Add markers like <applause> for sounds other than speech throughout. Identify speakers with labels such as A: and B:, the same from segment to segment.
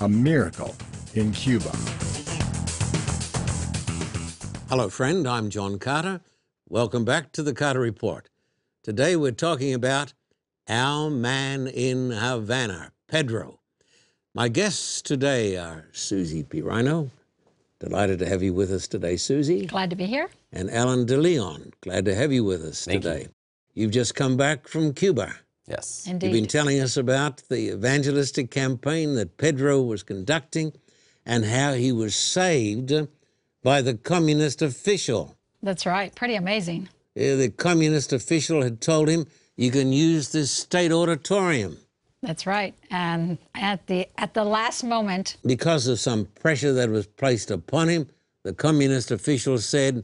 A: a miracle in Cuba.
B: Hello, friend. I'm John Carter. Welcome back to the Carter Report. Today we're talking about Our Man in Havana, Pedro. My guests today are Susie Pirino. Delighted to have you with us today, Susie.
C: Glad to be here.
B: And Alan de Leon. Glad to have you with us
D: Thank you.
B: today. You. have just come back from Cuba.
D: Yes.
C: Indeed.
B: You've been telling us about the evangelistic campaign that Pedro was conducting and how he was saved by the communist official.
C: That's right. Pretty amazing.
B: Uh, The communist official had told him, You can use this state auditorium.
C: That's right. And at the at the last moment,
B: Because of some pressure that was placed upon him, the communist official said,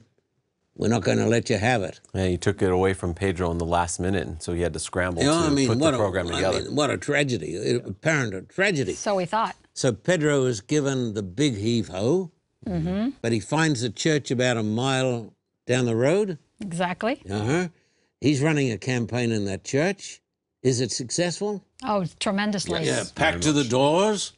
B: We're not going to let you have it.
D: Yeah, you took it away from Pedro in the last minute, and so he had to scramble
B: You know,
D: to
B: I mean,
D: put
B: what
D: the
B: a,
D: program
B: I
D: together.
B: mean, what a tragedy, a- apparent a tragedy.
C: so we thought.
B: So Pedro is given the big heave ho, but he finds a church about a mile down the road.
C: Exactly.
B: Uh huh. He's running a campaign in that church. Is it successful?
C: Oh, tremendously.
B: Yeah, packed to the doors.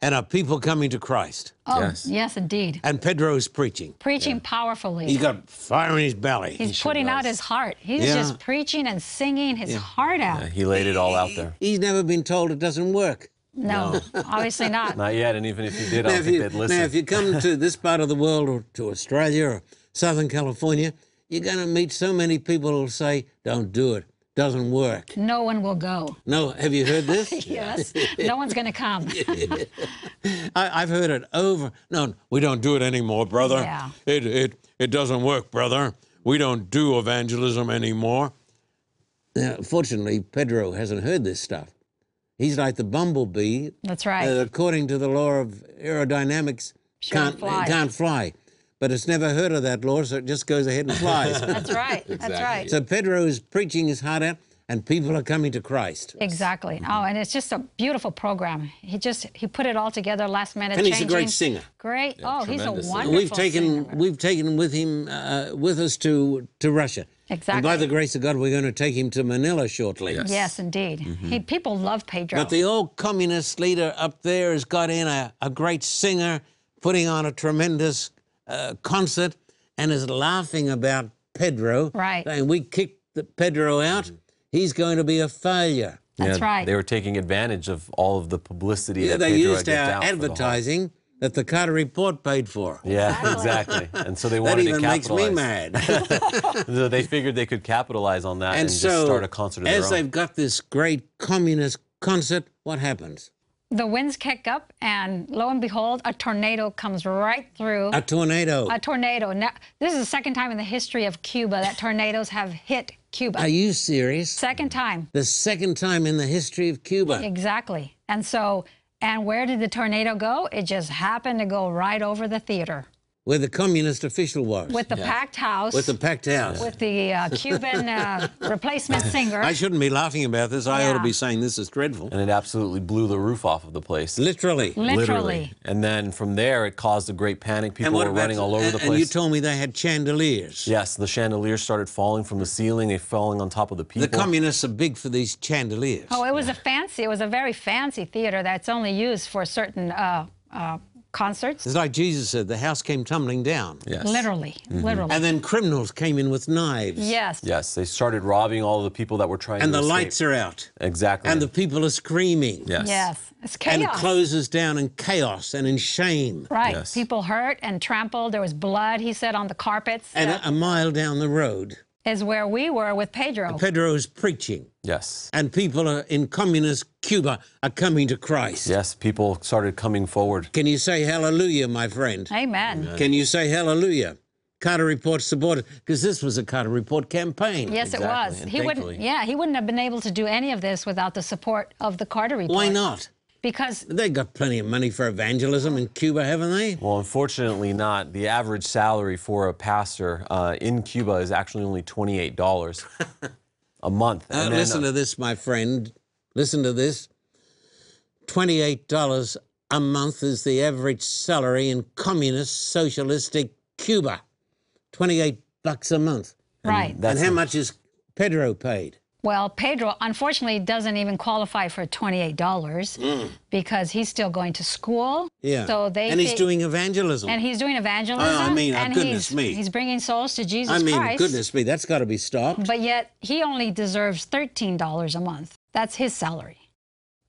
B: And are people coming to Christ?
C: Oh,
D: Yes.
C: yes. indeed.
B: And Pedro's preaching.
C: Preaching powerfully.
B: He's got fire in his belly.
C: He's putting out his heart. He's
B: Yeah.
C: just preaching and singing his heart out.
D: Yeah, he laid it all out
B: <laughs>
D: there.
B: He's never been told it doesn't work.
C: No, <laughs> obviously
B: <laughs>
C: not.
D: Not yet, and even if he did,
B: Now
D: I don't
B: if,
D: think
B: you,
D: they'd
B: now,
D: listen.
B: if you come
D: <laughs>
B: to this part of the world or to Australia or Southern California, you're going to meet so many people who'll say, don't do it, doesn't work.
C: No one will go.
B: <laughs> No, have you heard
C: <laughs>
B: this?
C: Yes. no one's going to come.
B: <laughs> I, I've heard it over. No, we don't do it anymore, brother.
C: Yeah.
B: It, it, it doesn't work, brother. We don't do evangelism anymore. Now, fortunately, Pedro hasn't heard this stuff. He's like the bumblebee
C: That's right.
B: that, according to the law of aerodynamics,
C: She won't fly.
B: can't fly. But it's never heard of that law, so it just goes ahead and
C: <laughs>
B: flies.
C: <laughs> That's right. That's right.
B: so Pedro is preaching his heart out, and people are coming to Christ.
C: Exactly. Oh, and it's just a beautiful program. He just he put it all together last minute.
B: And he's a great
C: changing-
B: singer.
C: Great. oh, he's a
D: tremendous singer.
C: wonderful.
B: We've taken
C: singer.
B: we've taken with him uh, with us to to Russia. And by
C: Exactly.
B: the grace of God, we're going to take him to Manila shortly.
C: Yes, indeed. He, people love Pedro.
B: But Mm-hmm. the old communist leader up there has got in a, a great singer, putting on a tremendous uh, concert, and is laughing about Pedro.
C: Right.
B: Saying we kicked the Pedro out. He's going to be a failure.
C: That's
D: Yeah,
C: right.
D: They were taking advantage of all of the publicity that
B: they
D: Pedro
B: used
D: had
B: our
D: given out for the whole-
B: advertising that the Carter Report paid for.
D: Yeah, exactly. And so they
B: That
D: wanted
B: even
D: to
B: makes me
D: capitalize.
B: mad.
D: <laughs> So they figured they could capitalize on that and,
B: and
D: just
B: so,
D: start a concert of their
B: as
D: own.
B: they've got this great communist concert, what happens?
C: the winds kick up, and lo and behold, a tornado comes right through.
B: A tornado.
C: a tornado. Now, this is the second time in the history of Cuba that tornadoes have hit Cuba.
B: Are you serious?
C: second time.
B: The second time in the history of Cuba.
C: Exactly. And so, and where did the tornado go? It just happened to go right over the theater
B: Where the communist official was.
C: with the packed house.
B: With the packed house.
C: with the uh,
B: <laughs>
C: Cuban uh, replacement singer.
B: I shouldn't be laughing about this. I ought to
C: Yeah.
B: be saying this is dreadful.
D: and it absolutely blew the roof off of the place.
B: Literally.
C: Literally.
D: And then from there, it caused a great panic. People were running all over
B: and,
D: the place.
B: And you told me they had chandeliers.
D: Yes, the chandeliers started falling from the ceiling. They falling on top of the people.
B: The communists are big for these chandeliers.
C: Oh, it was a fancy, it was a very fancy theater that's only used for certain uh, uh, concerts.
B: It's like Jesus said, the house came tumbling down.
D: yes.
C: Literally, literally.
B: And then criminals came in with knives.
C: yes.
D: Yes, they started robbing all the people that were trying
B: And
D: to
B: the
D: escape.
B: lights are out.
D: exactly.
B: And the people are screaming.
D: yes.
C: Yes. It's
B: And it
C: chaos.
B: closes down in chaos and in shame.
C: right.
D: Yes.
C: People hurt and trampled. There was blood, he said, on the carpets.
B: And a- a mile down the road,
C: is where we were with Pedro.
B: Pedro's preaching.
D: Yes.
B: and people are in communist Cuba are coming to Christ.
D: Yes, people started coming forward.
B: Can you say hallelujah, my friend?
C: Amen.
B: Can you say hallelujah? Carter Report supported, because this was a Carter Report campaign.
C: Yes,
D: Exactly,
C: it was.
D: and
C: He wouldn't.
D: thankfully-
C: Yeah, he wouldn't have been able to do any of this without the support of the Carter Report.
B: Why not?
C: because
B: They got plenty of money for evangelism in Cuba, haven't they?
D: Well, unfortunately, not. The average salary for a pastor uh, in Cuba is actually only twenty-eight
B: <laughs>
D: dollars a month.
B: Uh,
D: And then,
B: listen to this, my friend. Listen to this. $28 a month is the average salary in communist socialistic Cuba. 28 bucks a month.
C: right.
D: That's
B: and how much is Pedro paid?
C: Well, Pedro unfortunately doesn't even qualify for $28 because he's still going to school.
B: Yeah.
C: So they
B: and he's
C: thi-
B: doing evangelism.
C: and he's doing evangelism.
B: Ah, I mean, uh,
C: and
B: goodness
C: he's,
B: me.
C: He's bringing souls to Jesus
B: I mean,
C: Christ.
B: goodness me, that's got to be stopped.
C: But yet he only deserves $13 a month. That's his salary.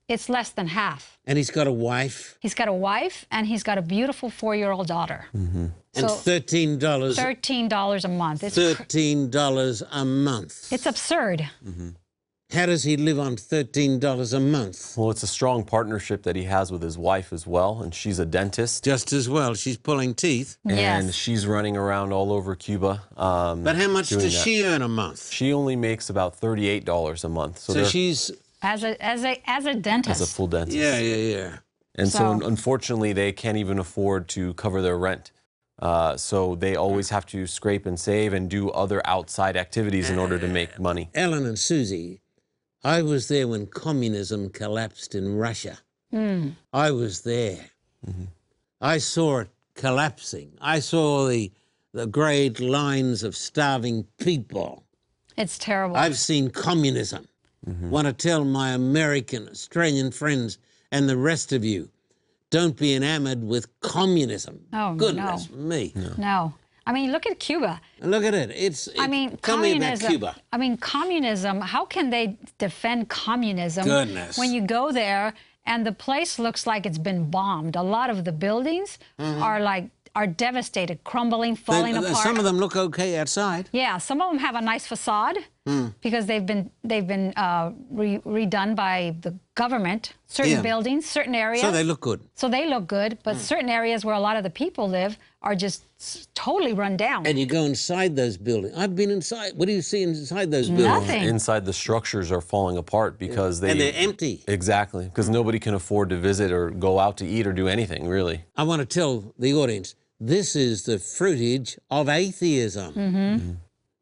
C: It's less than half.
B: And he's got a wife
C: He's got a wife and he's got a beautiful four-year-old daughter.
B: Mm-hmm. and
C: So
B: $13.
C: $13 a month. It's, cr-
B: $13 a month.
C: it's absurd.
B: How does he live on $13 a month?
D: Well, it's a strong partnership that he has with his wife as well, and she's a dentist,
B: Just as well, she's pulling teeth.
D: and
C: Yes.
D: she's running around all over Cuba. Um,
B: But how much
D: doing
B: does
D: that.
B: she earn a month?
D: She only makes about thirty-eight dollars a month, so,
B: So
D: they're
B: she's,
C: As a as a as a
D: as
C: dentist.
D: a full dentist.
B: yeah, yeah, yeah.
D: And so,
C: So-
D: un- unfortunately, they can't even afford to cover their rent. Uh, so they always have to scrape and save and do other outside activities in order to make
B: <laughs>
D: money.
B: Ellen and Susie, I was there when communism collapsed in Russia.
C: Hmm.
B: I was there.
D: Mm-hmm.
B: I saw it collapsing. I saw the, the great lines of starving people.
C: it's terrible.
B: I've seen communism.
D: Mm-hmm.
B: Want to tell my American, Australian friends and the rest of you, don't be enamored with communism.
C: Oh, no.
B: Goodness me.
C: no. I mean, look at Cuba.
B: Look at it. It's.
C: I
B: it-
C: mean,
B: tell me about
C: communism.
B: Cuba.
C: I mean, communism. How can they defend communism
B: Goodness.
C: when you go there and the place looks like it's been bombed? A lot of the buildings are like are devastated, crumbling,
B: Mm-hmm. They-
C: falling
B: they-
C: apart.
B: Some of them look okay outside.
C: Yeah, some of them have a nice facade
B: Hmm.
C: because they've been they've been uh, re- redone by the government. Certain
B: Yeah.
C: buildings, certain areas.
B: So they Hmm. look good.
C: So they look good, but certain areas where a lot of the people live are just s- totally run down.
B: And you go inside those buildings. I've been inside. What do you see inside those buildings?
C: Nothing.
D: Inside, the structures are falling apart because they
B: And they're empty.
D: exactly because nobody can afford to visit or go out to eat or do anything really.
B: I want to tell the audience this is the fruitage of atheism.
C: Mm-hmm.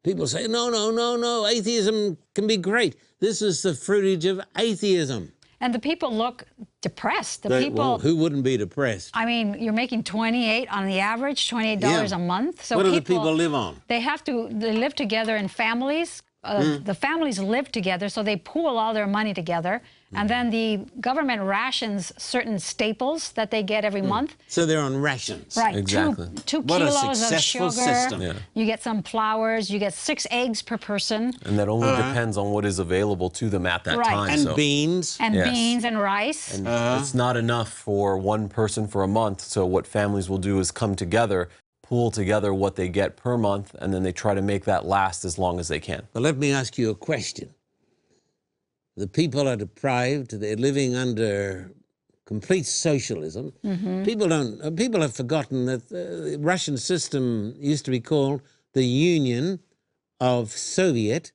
B: People say, no, no, no, no, atheism can be great. This is the fruitage of atheism.
C: And the people look depressed. The
B: They-
C: people,
B: well, who wouldn't be depressed?
C: I mean, you're making 28 on the average, $28
B: Yeah.
C: a month. So
B: what do
C: people,
B: the people live on?
C: They have to, they live together in families. Uh,
B: Hmm.
C: The families live together, so they pool all their money together. And then the government rations certain staples that they get every month.
B: So they're on rations.
C: Right,
D: Exactly.
C: two, two
B: Hmm. What a
C: kilos of
B: successful
C: sugar.
B: system. Yeah.
C: You get some flowers. You get six eggs per person.
D: And that only depends on what is available to them at that
C: Right.
D: time.
B: Uh-huh. And
D: so
B: beans.
C: and
D: Yes.
C: beans and rice.
D: it's not enough for one person for a month. So what families will do is come together, pool together what they get per month, and then they try to make that last as long as they can.
B: But let me ask you a question. The people are deprived, they're living under complete socialism. People don't uh, people have forgotten that uh, the Russian system used to be called the Union of Soviet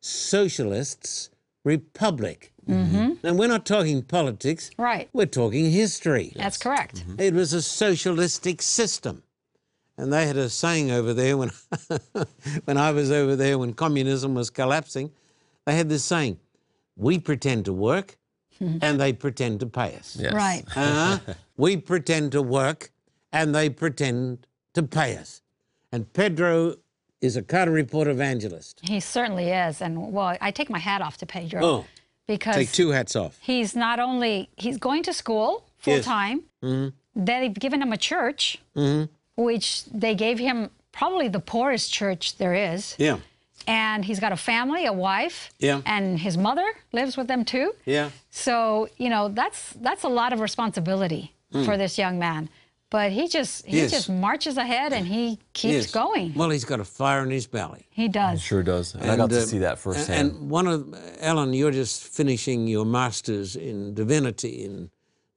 B: Socialists Republic. And we're not talking politics,
C: right.
B: we're talking history.
C: That's correct.
B: It was a socialistic system. And they had a saying over there when, <laughs> when I was over there when communism was collapsing. They had this saying we pretend to
C: <laughs>
B: work and they pretend to pay us.
D: Yes.
C: Right.
B: Uh-huh. <laughs> we pretend to work and they pretend to pay us. And Pedro is a Carter Report evangelist.
C: He certainly is. And well, I take my hat off to Pedro
B: Oh,
C: because
B: take two hats off.
C: he's not only he's going to school full
B: Yes. Mm-hmm.
C: time. They've given him a church, which they gave him probably the poorest church there is.
B: Yeah,
C: And he's got a family, a wife,
B: Yeah.
C: and his mother lives with them too.
B: yeah.
C: So you know that's that's a lot of responsibility for this young man. But he just he
B: Mm. Yes.
C: just marches ahead and he keeps
B: yes.
C: going.
B: Well, he's got a fire in his belly.
C: He does.
D: Sure does. And, I got to
B: uh,
D: see that firsthand.
B: And one of Alan, you're just finishing your master's in divinity in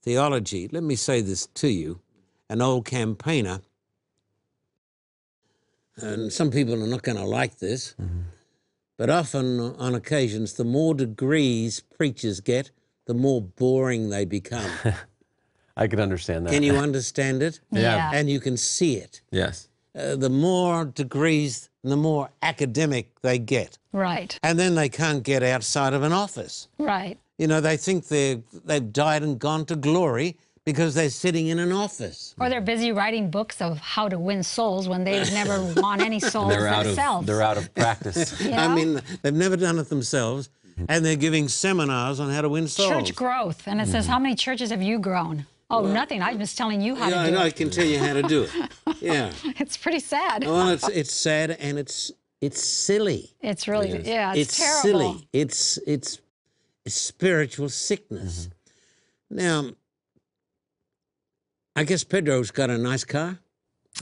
B: theology. Let me say this to you, an old campaigner, and some people are not going to like this,
D: Mm-hmm.
B: but often on occasions, the more degrees preachers get, the more boring they become.
D: I can understand that.
B: Can
D: <laughs>
B: you understand it?
D: Yeah.
B: And you can see it.
D: Yes.
B: Uh, the more degrees, the more academic they get.
C: Right.
B: And then they can't get outside of an office.
C: Right.
B: You know, they think they're, they've died and gone to glory because they're sitting in an office.
C: Or they're busy writing books of how to win souls when they've never won any souls
D: They're out of
C: themselves.
D: they're out <laughs> of practice.
C: you
B: I
C: know?
B: mean, they've never done it themselves, and they're giving seminars on how to win souls.
C: church growth, and it says, "How many churches have you grown?" Oh, nothing. I'm just telling you how
B: yeah,
C: to
B: I
C: do
B: know, I
C: it. <laughs>
B: can tell you how to do it. Yeah.
C: It's pretty sad.
B: Well, it's, it's sad and it's it's silly.
C: It's really yeah. It's, terrible.
B: silly. It's it's it's spiritual sickness. Now, I guess Pedro's got a nice car.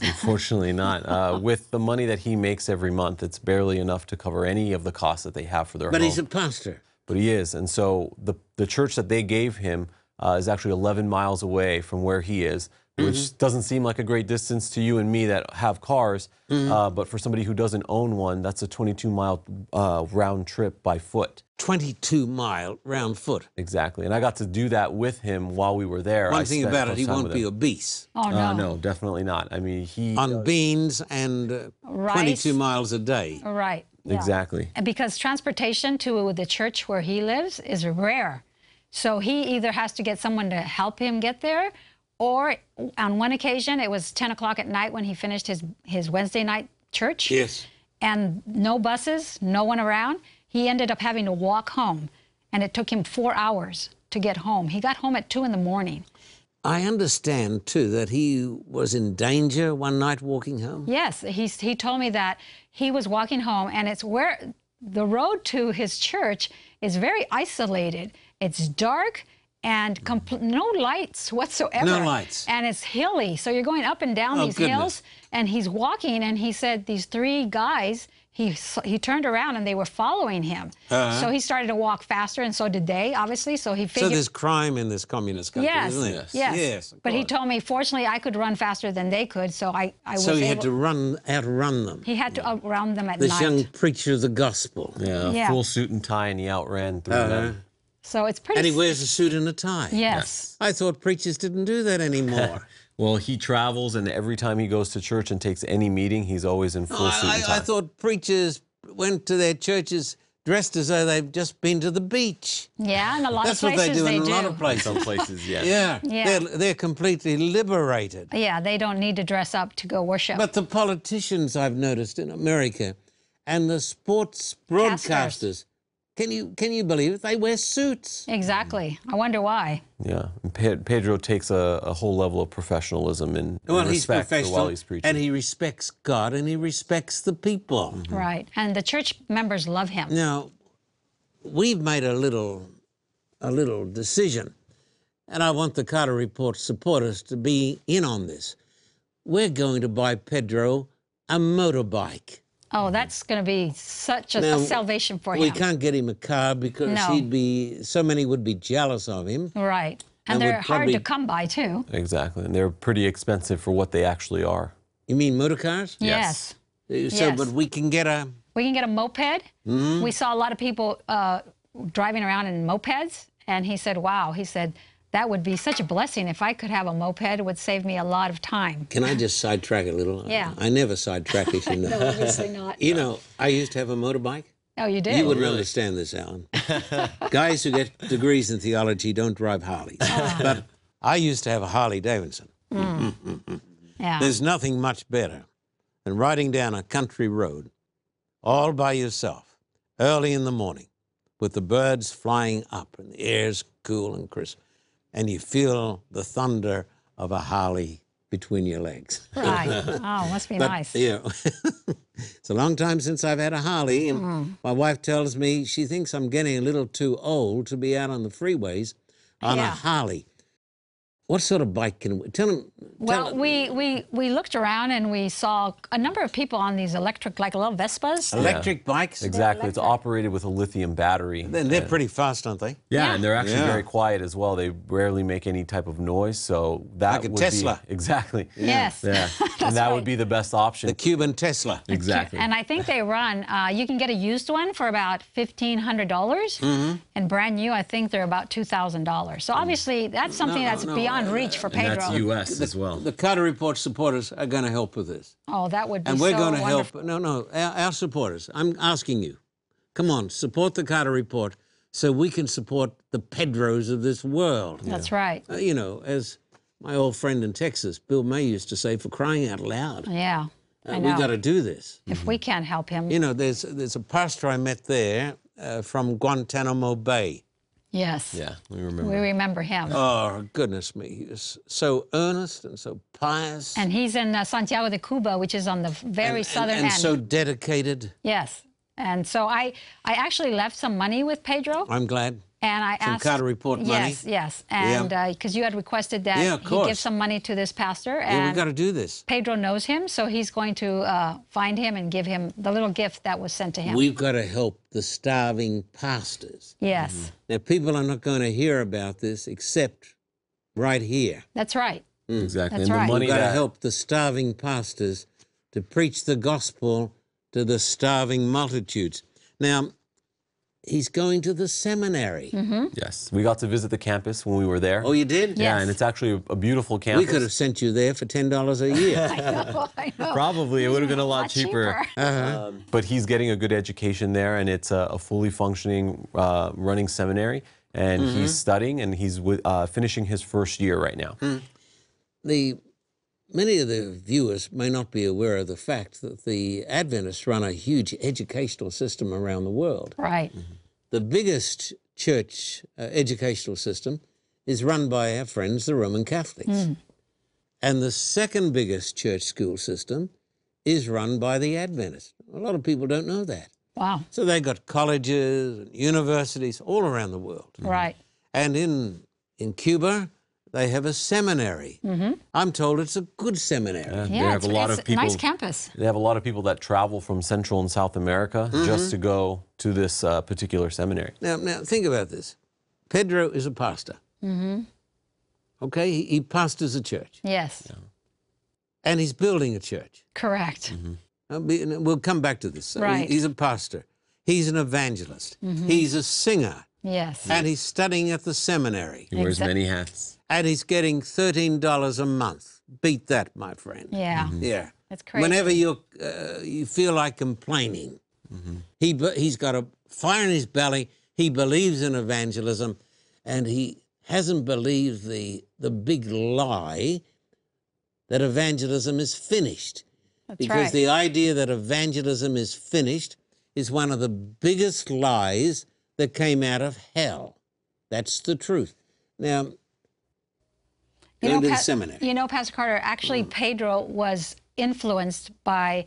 D: Unfortunately, not. Uh, with the money that he makes every month, it's barely enough to cover any of the costs that they have for their
B: But
D: home.
B: he's a pastor.
D: but he is, and so the the church that they gave him uh, is actually 11 miles away from where he is,
B: Mm-hmm.
D: which doesn't seem like a great distance to you and me that have cars.
B: Mm-hmm.
D: Uh, but for somebody who doesn't own one, that's a 22 mile uh, round trip by foot.
B: 22 mile round foot.
D: Exactly, and I got to do that with him while we were there.
B: One
D: I
B: thing
D: spent
B: about it,
D: much
B: he
D: time
B: won't
D: with
B: be
D: him.
B: obese.
C: Oh no.
D: Uh, no, definitely not. I mean, he
B: On beans and uh, 22
C: Rice.
B: miles a day.
C: Right. yeah.
D: exactly.
C: And because transportation to the church where he lives is rare, so he either has to get someone to help him get there, or on one occasion it was 10 o'clock at night when he finished his his Wednesday night church.
B: Yes.
C: and no buses, no one around. He ended up having to walk home, and it took him four hours to get home. He got home at two in the morning.
B: I understand, too, that he was in danger one night walking home.
C: Yes, he, he told me that he was walking home, and it's where the road to his church is very isolated. It's dark and compl- no lights whatsoever.
B: No lights.
C: And it's hilly. So you're going up and down
B: Oh,
C: these
B: goodness.
C: hills, and he's walking, and he said these three guys. He, s- he turned around and they were following him. So he started to walk faster, and so did they, obviously. So he
B: Uh-huh. So
C: figured.
B: there's crime in this communist country,
C: yes,
B: isn't there?
C: yes, But he told me, fortunately, I could run faster than they could, so I, I was
B: So he
C: able.
B: had to run, outrun them.
C: He had to outrun them at
B: This
C: night.
B: young uh, preacher of the gospel.
D: Yeah,
C: Yeah.
D: full suit and tie, and he outran through
B: Uh-huh.
D: them.
C: So it's pretty.
B: And he wears a suit and a tie.
C: yes.
B: I thought preachers didn't do that anymore.
D: Well, he travels, and every time he goes to church and takes any meeting, he's always in full suit
B: I,
D: and
B: I,
D: tie.
B: I thought preachers went to their churches dressed as though they've just been to the beach.
C: Yeah, in a lot
B: That's
C: of
B: what
C: places
B: they do in a lot of
D: In
B: places.
D: some places, yes.
B: yeah.
C: Yeah.
B: They're, they're completely liberated.
C: yeah, they don't need to dress up to go worship.
B: But the politicians I've noticed in America and the sports broadcasters,
C: Casters.
B: can you can you believe it? They wear suits.
C: exactly. I wonder why.
B: Mm-hmm.
D: Yeah. And Pe- Pedro takes a, a whole level of professionalism and, and
B: Well, he's
D: respect for
B: professional
D: while he's preaching.
B: and he respects God and he respects the people.
C: Right. And the church members love him.
B: Now, we've made a little, a little decision, and I want the Carter Report supporters to be in on this. We're going to buy Pedro a motorbike.
C: Oh, that's going to be such a
B: Now,
C: salvation for
B: We
C: him.
B: can't get him a car because
C: Oh, No.
B: he'd be so many would be jealous of him.
C: Right. And,
B: And
C: they're
B: would
C: hard
B: probably-
C: to come by too.
D: exactly. And they're pretty expensive for what they actually are.
B: You mean motor cars?
C: Yes.
B: So,
C: Yes.
B: but we can get a.
C: We can get a moped.
B: Mm-hmm.
C: We saw a lot of people uh, driving around in mopeds, and he said, "Wow," he said. That would be such a blessing if I could have a moped. It would save me a lot of time.
B: Can I just sidetrack a little?
C: Yeah.
B: I never sidetrack, as you
C: <laughs>
B: know.
C: Obviously not.
B: You know, I used to have a motorbike.
C: Oh, you did.
B: You wouldn't understand this, Alan. <laughs> Guys who get degrees in theology don't drive Harleys. but I used to have a Harley Davidson.
C: yeah.
B: There's nothing much better than riding down a country road all by yourself early in the morning with the birds flying up and the air's cool and crisp and you feel the thunder of a Harley between your legs. <laughs>
C: Right. Oh, must be nice.
B: Yeah. <laughs> it's a long time since I've had a Harley, and
C: Mm.
B: my wife tells me she thinks I'm getting a little too old to be out on the freeways on a
C: Yeah.
B: Harley. What sort of bike can we tell them?
C: Well, we, we, we looked around and we saw a number of people on these electric, like little Vespas.
B: electric bikes.
D: Exactly. It's operated with a lithium battery.
B: They're, they're pretty fast, aren't they?
D: Yeah, and they're actually
B: Yeah.
D: very quiet as well. They rarely make any type of noise, so that
B: Like a
D: would
B: Tesla.
D: be
B: <laughs>
D: <laughs> exactly.
C: Yes.
D: Yeah, and that would be the best option.
B: The Cuban Tesla.
D: exactly.
C: And I think they run, uh, you can get a used one for about $1,500. dollars
B: Mm-hmm.
C: And brand new, I think they're about $2,000. So obviously, that's something that's beyond reach for Pedro.
D: U.S. as well.
B: The Carter Report supporters are going to help with this.
C: Oh, that would be
B: and we're
C: so
B: going to help.
C: wonderful.
B: No, no, our, our supporters. I'm asking you, come on, support the Carter Report, so we can support the Pedros of this world.
C: That's right.
B: Uh, you know, as my old friend in Texas, Bill May, used to say, "For crying out loud,
C: Yeah. I
B: uh, we
C: know.
B: got to do this."
C: if we can't help him,
B: You know, there's there's a pastor I met there uh, from Guantanamo Bay.
C: yes.
D: yeah, we remember.
C: We remember him.
B: Oh goodness me, he was so earnest and so pious,
C: and he's in uh, Santiago de Cuba, which is on the very southern
B: and, and
C: end.
B: so dedicated.
C: yes. And so I, I actually left some money with Pedro,
B: I'm glad.
C: and I
B: Some
C: asked.
B: Carter Report money.
C: Yes, yes, and because you had requested that
B: Yeah, of
C: he give
B: course.
C: some money to this pastor,
B: Yeah, we
C: and
B: got to do this.
C: Pedro knows him, so he's going to uh, find him and give him the little gift that was sent to him.
B: We've got to help the starving pastors.
C: yes,
B: Now, people are not going to hear about this except right here.
C: that's
B: <laughs>
C: right. <laughs>
D: Mm. Exactly.
C: That's
D: and the
C: right.
D: money
B: We've got to
D: that
B: help the starving pastors to preach the gospel to the starving multitudes. Now, he's going to the seminary.
D: Yes, we got to visit the campus when we were there.
B: Mm-hmm. Oh, you did?
D: Yeah,
C: Yes.
D: and it's actually a, a beautiful campus.
B: We could have sent you there for $10 a year.
C: Oh, I know.
D: Probably, it would have been a lot,
C: lot
D: cheaper.
C: cheaper.
D: Um, but he's getting a good education there, and it's a, a fully functioning, uh, running seminary. And he's studying, and he's wi- uh, finishing his first year right now. Uh,
B: the, many of the viewers may not be aware of the fact that the Adventists run a huge educational system around the world.
C: Right.
B: the biggest church uh, educational system is run by our friends, the Roman Catholics. And the second biggest church school system is run by the Adventists. A lot of people don't know that.
C: Wow.
B: So they got colleges and universities all around the world.
C: Right.
B: And in, in Cuba, they have a seminary. I'm told it's a good seminary.
D: They
C: Yeah,
D: have
C: it's,
D: a lot
C: it's
D: of people.
C: nice campus.
D: They have a lot of people that travel from Central and South America just to go to this uh, particular seminary.
B: Now, now think about this. Pedro is a pastor. Okay, he, he pastors a church,
C: Yes.
B: and he's building a church.
C: Correct.
B: Uh, be- and We'll come back to this. So he-
C: Right.
B: He's a pastor. He's an evangelist. He's a singer.
C: Yes.
B: And he's studying at the seminary.
D: He wears many hats.
B: And he's getting $13 a month. Beat that, my friend.
C: yeah.
B: Yeah.
C: That's crazy.
B: Whenever you uh, you feel like complaining, he be- he's got a fire in his belly. He believes in evangelism, and he hasn't believed the the big lie that evangelism is finished. because
C: right.
B: the idea that evangelism is finished is one of the biggest lies that came out of hell. That's the truth. Now,
C: You
B: Go to the
C: Pa-
B: seminary. Mm.
C: You know, Pastor Carter, actually, Pedro was influenced by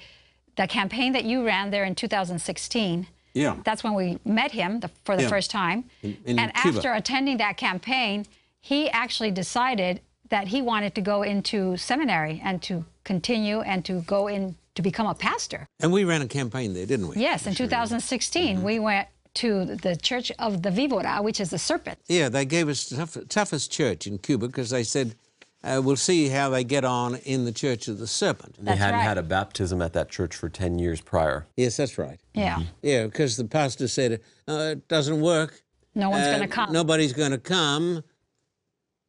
C: the campaign that you ran there in 2016.
B: yeah,
C: That's when we met him the, for the first time.
B: in
C: and
B: Cuba.
C: after attending that campaign, he actually decided that he wanted to go into seminary and to continue and to go in to become a pastor.
B: and we ran a campaign there, didn't we?
C: Yes, in 2016,
B: Mm-hmm.
C: we went to the Church of the Vivora, which is the serpent.
B: Yeah, they gave us tough, toughest church in Cuba because they said, uh, "We'll see how they get on in the Church of the Serpent."
D: They
C: That's
D: hadn't
C: right.
D: had a baptism at that church for 10 years prior.
B: Yes, that's right.
C: Yeah.
B: Yeah, because the pastor said, uh, "It doesn't work.
C: No one's
B: Uh,
C: going to come.
B: Nobody's going to come."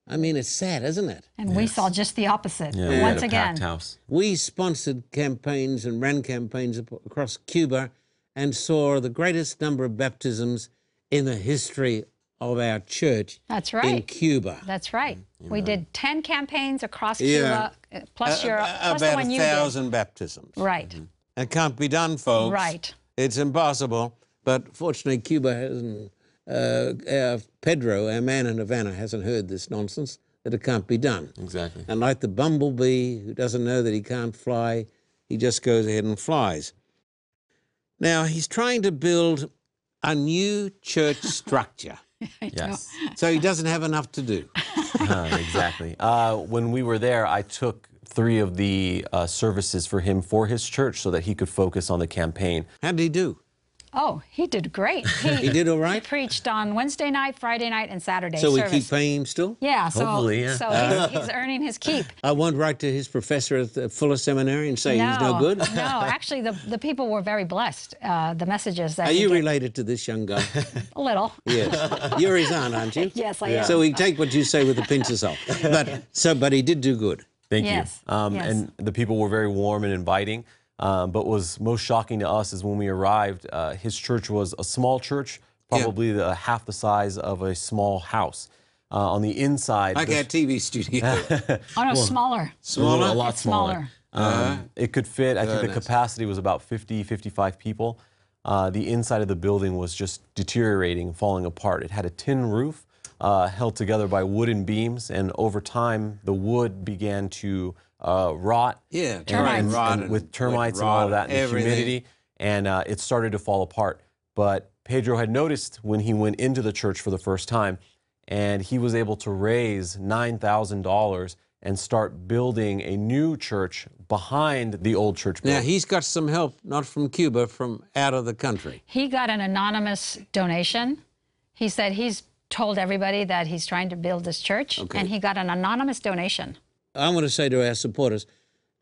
B: I mean, it's sad, isn't it?
C: And we saw just the opposite
D: Yeah, we had
C: once
D: a
C: again.
D: packed house.
B: We sponsored campaigns and ran campaigns ap- across Cuba, and saw the greatest number of baptisms in the history of our church
C: That's
B: in
C: right.
B: Cuba. Mm,
C: That's right. We did 10 campaigns across Cuba, uh, plus
B: A-
C: Europe,
B: a-
C: plus the
B: about
C: one
B: a
C: you
B: thousand Mm-hmm. baptisms.
C: did. Right.
B: It can't be done, folks.
C: Right.
B: It's impossible. But fortunately, Cuba hasn't. Uh, uh, Pedro, our man in Havana, hasn't heard this nonsense that it can't be done.
D: Exactly.
B: And like the bumblebee who doesn't know that he can't fly, he just goes ahead and flies. Now he's trying to build
C: <laughs>
B: a new church structure,
D: Yes.
C: <laughs>
B: so he doesn't have enough to do.
D: Uh, exactly. Uh, when we were there, I took three of the uh, services for him for his church so that he could focus on the campaign.
B: How did he do?
C: Oh, he
B: <laughs>
C: did great. He,
B: He did all
C: He
B: right.
C: preached on Wednesday night, Friday night, and Saturday
B: So we
C: service.
B: keep paying him still.
C: yeah, so,
D: Hopefully, yeah.
C: so
B: <laughs>
C: he's, he's earning his keep.
B: I won't write to his professor at the Fuller Seminary and say he's no good.
C: No,
B: <laughs>
C: actually, the, the people were very blessed. Uh, the messages that
B: Are
C: he
B: you
C: gave-
B: related to this young guy?
C: a little.
B: yes. You're his aunt, aren't you?
C: <laughs> Yes, I am.
B: So we take what you say with a pinch of salt. But so, but he did do good.
D: Thank
C: Yes,
D: you. Um,
C: yes.
D: And the people were very warm and inviting. Um, but what was most shocking to us is when we arrived, uh, his church was a small church, probably the, half the size of a small house. Uh, on the inside,
B: Like
D: the-
B: our TV studio.
C: <laughs> Oh no, smaller.
D: Smaller? A lot
C: It's smaller.
D: smaller.
B: Uh,
D: Um, it could fit, I think the capacity was about 50, 55 people. Uh, the inside of the building was just deteriorating, falling apart. It had a tin roof uh, held together by wooden beams, and over time, the wood began to uh, rot.
B: Yeah,
D: and-
B: termite
D: and-
B: rot
D: and
B: and
D: with
B: wood
D: termites and all
B: rot
D: of that,
B: and
D: and the
B: everything.
D: humidity, and uh, it started to fall apart. But Pedro had noticed when he went into the church for the first time, and he was able to raise $9,000 and start building a new church behind the old church
B: Now
D: building.
B: he's got some help, not from Cuba, from out of the country.
C: He got an anonymous donation. He said he's told everybody that he's trying to build this church, and he got an anonymous donation.
B: I want to say to our supporters,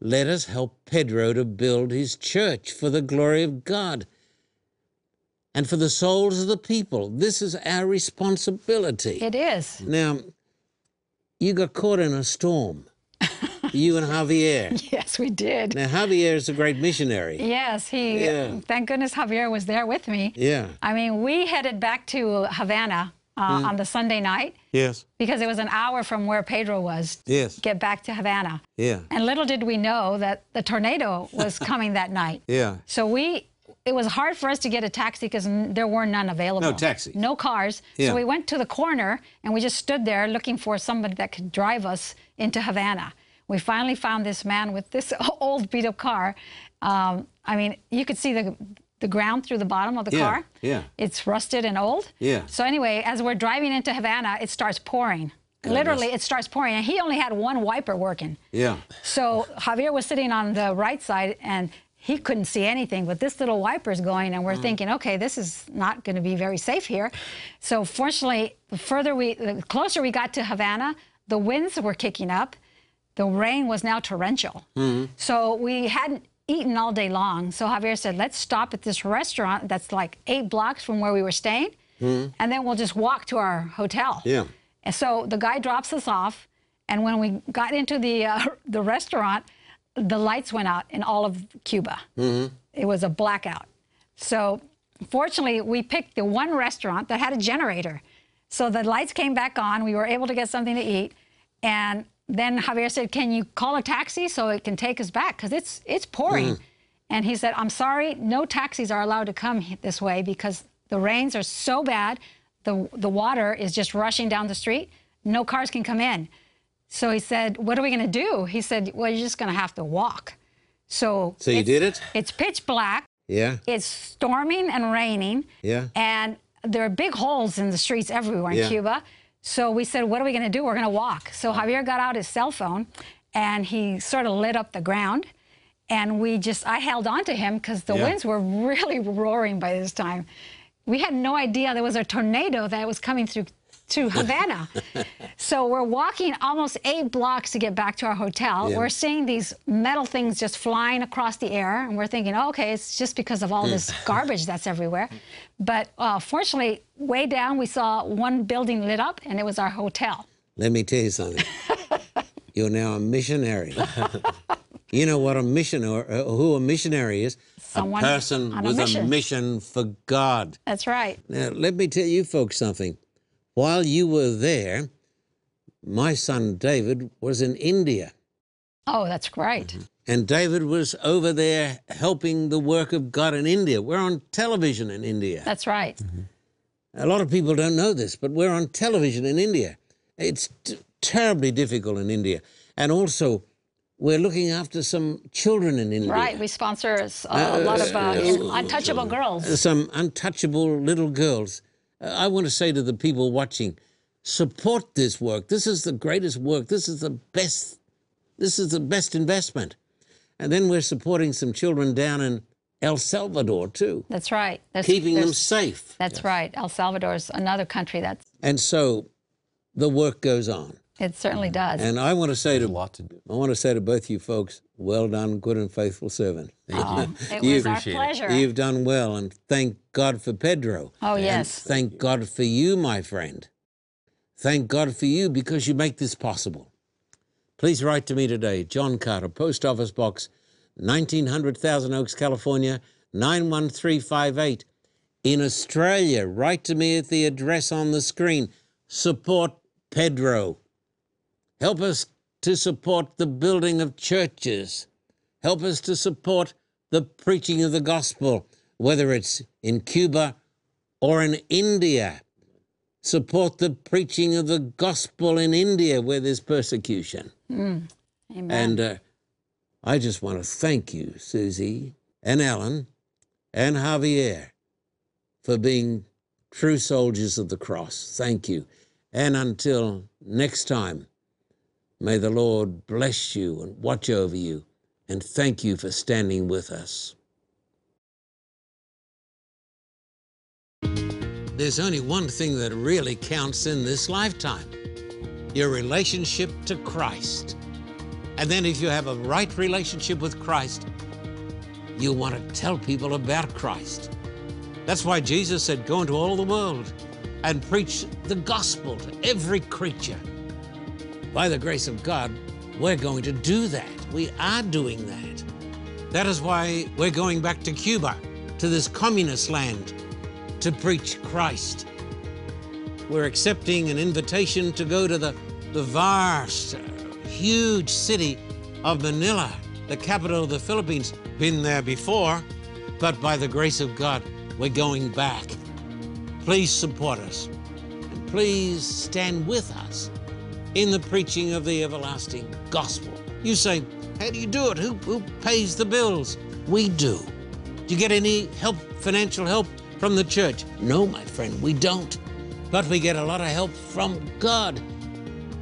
B: let us help Pedro to build his church for the glory of God and for the souls of the people. This is our responsibility. <laughs>
C: It is.
B: Now, you got caught in a storm, you and
C: <laughs>
B: Javier.
C: Yes, we did.
B: Now, Javier is a great missionary.
C: Yes, he.
B: Yeah.
C: Thank goodness Javier was there with me.
B: Yeah.
C: I mean, we headed back to Havana uh,
B: Mm.
C: on the Sunday night
B: Yes.
C: because it was an hour from where Pedro was to
B: Yes.
C: get back to Havana.
B: Yeah.
C: And little did we know that the tornado
B: <laughs>
C: was coming that night.
B: Yeah.
C: So we, it was hard for us to get a taxi because there were none available.
B: No taxi.
C: No cars.
B: Yeah.
C: So we went to the corner and we just stood there looking for somebody that could drive us into Havana. We finally found this man with this <laughs> old beat up car. Um, I mean, you could see the the ground through the bottom of the
B: Yeah,
C: car.
B: yeah.
C: It's rusted and old.
B: Yeah.
C: So anyway, as we're driving into Havana, it starts pouring. Literally, it starts pouring. And he only had one wiper working.
B: Yeah.
C: So Javier was sitting on the right side and he couldn't see anything, but this little wiper's going, and we're thinking, okay, this is not going to be very safe here. So fortunately, the further we, the closer we got to Havana, the winds were kicking up, the rain was now torrential. So we hadn't eaten all day long. So Javier said, let's stop at this restaurant that's like eight blocks from where we were staying, and then we'll just walk to our hotel.
B: Yeah.
C: And so the guy drops us off, and when we got into the uh, <laughs> the restaurant, the lights went out in all of Cuba. It was a blackout. So fortunately, we picked the one restaurant that had a generator. So the lights came back on. We were able to get something to eat, and then Javier said, "Can you call a taxi so it can take us back? Because it's it's pouring."
B: Mm.
C: And he said, "I'm sorry, no taxis are allowed to come he- this way because the rains are so bad. The the water is just rushing down the street. No cars can come in." So he said, "What are we going to do?" He said, "Well, you're just going to have to walk." So
B: So you
C: it's-
B: did it?
C: It's pitch black.
B: Yeah.
C: It's storming and raining.
B: Yeah.
C: And there are big holes in the streets everywhere in
B: Yeah.
C: Cuba. So we said, what are we going to do? We're going to walk. So Javier got out his cell phone and he sort of lit up the ground. And we just, I held on to him because the winds were <laughs> really roaring by this time. We had no idea there was a tornado that was coming through
B: <laughs>
C: to Havana. so we're walking almost eight blocks to get back to our hotel. We're seeing these metal things just flying across the air, and we're thinking, oh, okay, it's just because of all this
B: Mm. <laughs>
C: garbage that's everywhere. But uh, fortunately, way down, we saw one building lit up, and it was our hotel.
B: Let me tell you
C: <laughs>
B: something. You're now a missionary. you know what a missionary, uh, who a missionary is?
C: Someone
B: a person
C: on a
B: with
C: mission.
B: for God.
C: That's right.
B: Now, let me tell you folks something. While you were there, my son David was in India,
C: Oh, that's right.
B: and David was over there helping the work of God in India. We're on television in India.
C: That's right.
B: Mm-hmm. A lot of people don't know this, but we're on television in India. It's t- terribly difficult in India. And also, we're looking after some children in India.
C: Right. We sponsor s- a lot of uh, untouchable girls.
B: Some untouchable little girls. Uh, I want to say to the people watching Support this work. This is the greatest work. This is the best. This is the best investment. And then we're supporting some children down in El Salvador too,
C: That's right. There's-
B: keeping them
C: there's-
B: safe.
C: That's right. El Salvador is another country that's
B: And so the work goes on.
C: it certainly does.
B: And I want to say
D: There's a
B: to
D: lot to do.
B: I want to say to both you folks, well done, good and faithful servant. <laughs> Um,
C: Um, it
B: you-
C: was our
B: appreciate
D: it.
C: pleasure.
B: You've done well, and thank God for Pedro.
C: Oh,
B: And
C: yes.
B: thank God for you, my friend. Thank God for you because you make this possible. Please write to me today, John Carter, Post Office Box, 1900 Thousand Oaks, California, 91358. In Australia, write to me at the address on the screen. Support Pedro. Help us to support the building of churches. Help us to support the preaching of the gospel, whether it's in Cuba or in India. Support the preaching of the gospel in India where there's persecution.
C: Amen.
B: And uh, I just want to thank you, Susie and Alan and Javier, for being true soldiers of the cross. Thank you. And until next time, may the Lord bless you and watch over you. And thank you for standing with us. There's only one thing that really counts in this lifetime your relationship to Christ. And then, if you have a right relationship with Christ, you want to tell people about Christ. That's why Jesus said, Go into all the world and preach the gospel to every creature. By the grace of God, we're going to do that. We are doing that. That is why we're going back to Cuba, to this communist land, to preach Christ. We're accepting an invitation to go to the, the vast, uh, huge city of Manila, the capital of the Philippines. Been there before, but by the grace of God, we're going back. Please support us. And please stand with us in the preaching of the everlasting gospel. You say, How do you do it? Who, who pays the bills? We do. Do you get any help, financial help from the church? No, my friend, we don't. But we get a lot of help from God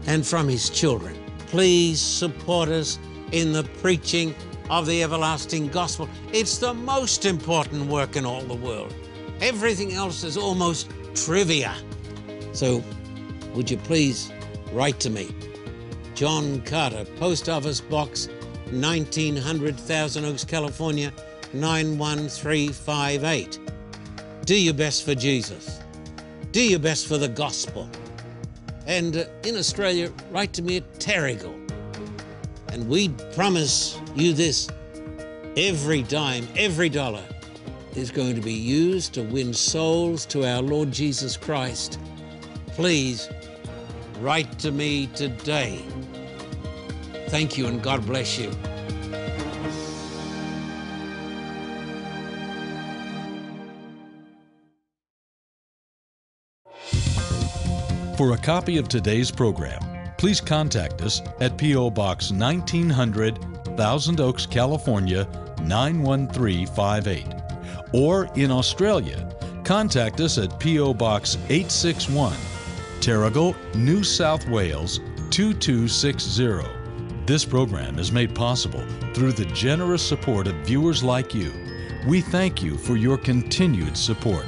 B: and from His children. Please support us in the preaching of the everlasting gospel. It's the most important work in all the world. Everything else is almost trivia. So, would you please write to me? John Carter, Post Office Box, 1900 Thousand Oaks, California, 91358. Do your best for Jesus. Do your best for the gospel. And uh, in Australia, write to me at Terrigal. And we promise you this every dime, every dollar is going to be used to win souls to our Lord Jesus Christ. Please write to me today. Thank you and God bless you.
E: For a copy of today's program, please contact us at P.O. Box 1900, Thousand Oaks, California 91358. Or in Australia, contact us at P.O. Box 861, Terrigal, New South Wales 2260. This program is made possible through the generous support of viewers like you. We thank you for your continued support.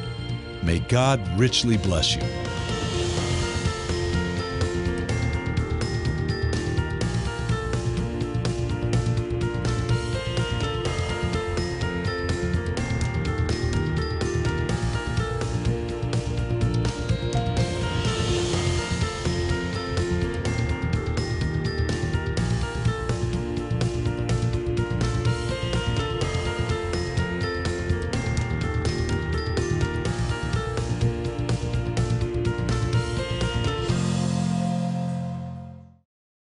E: May God richly bless you.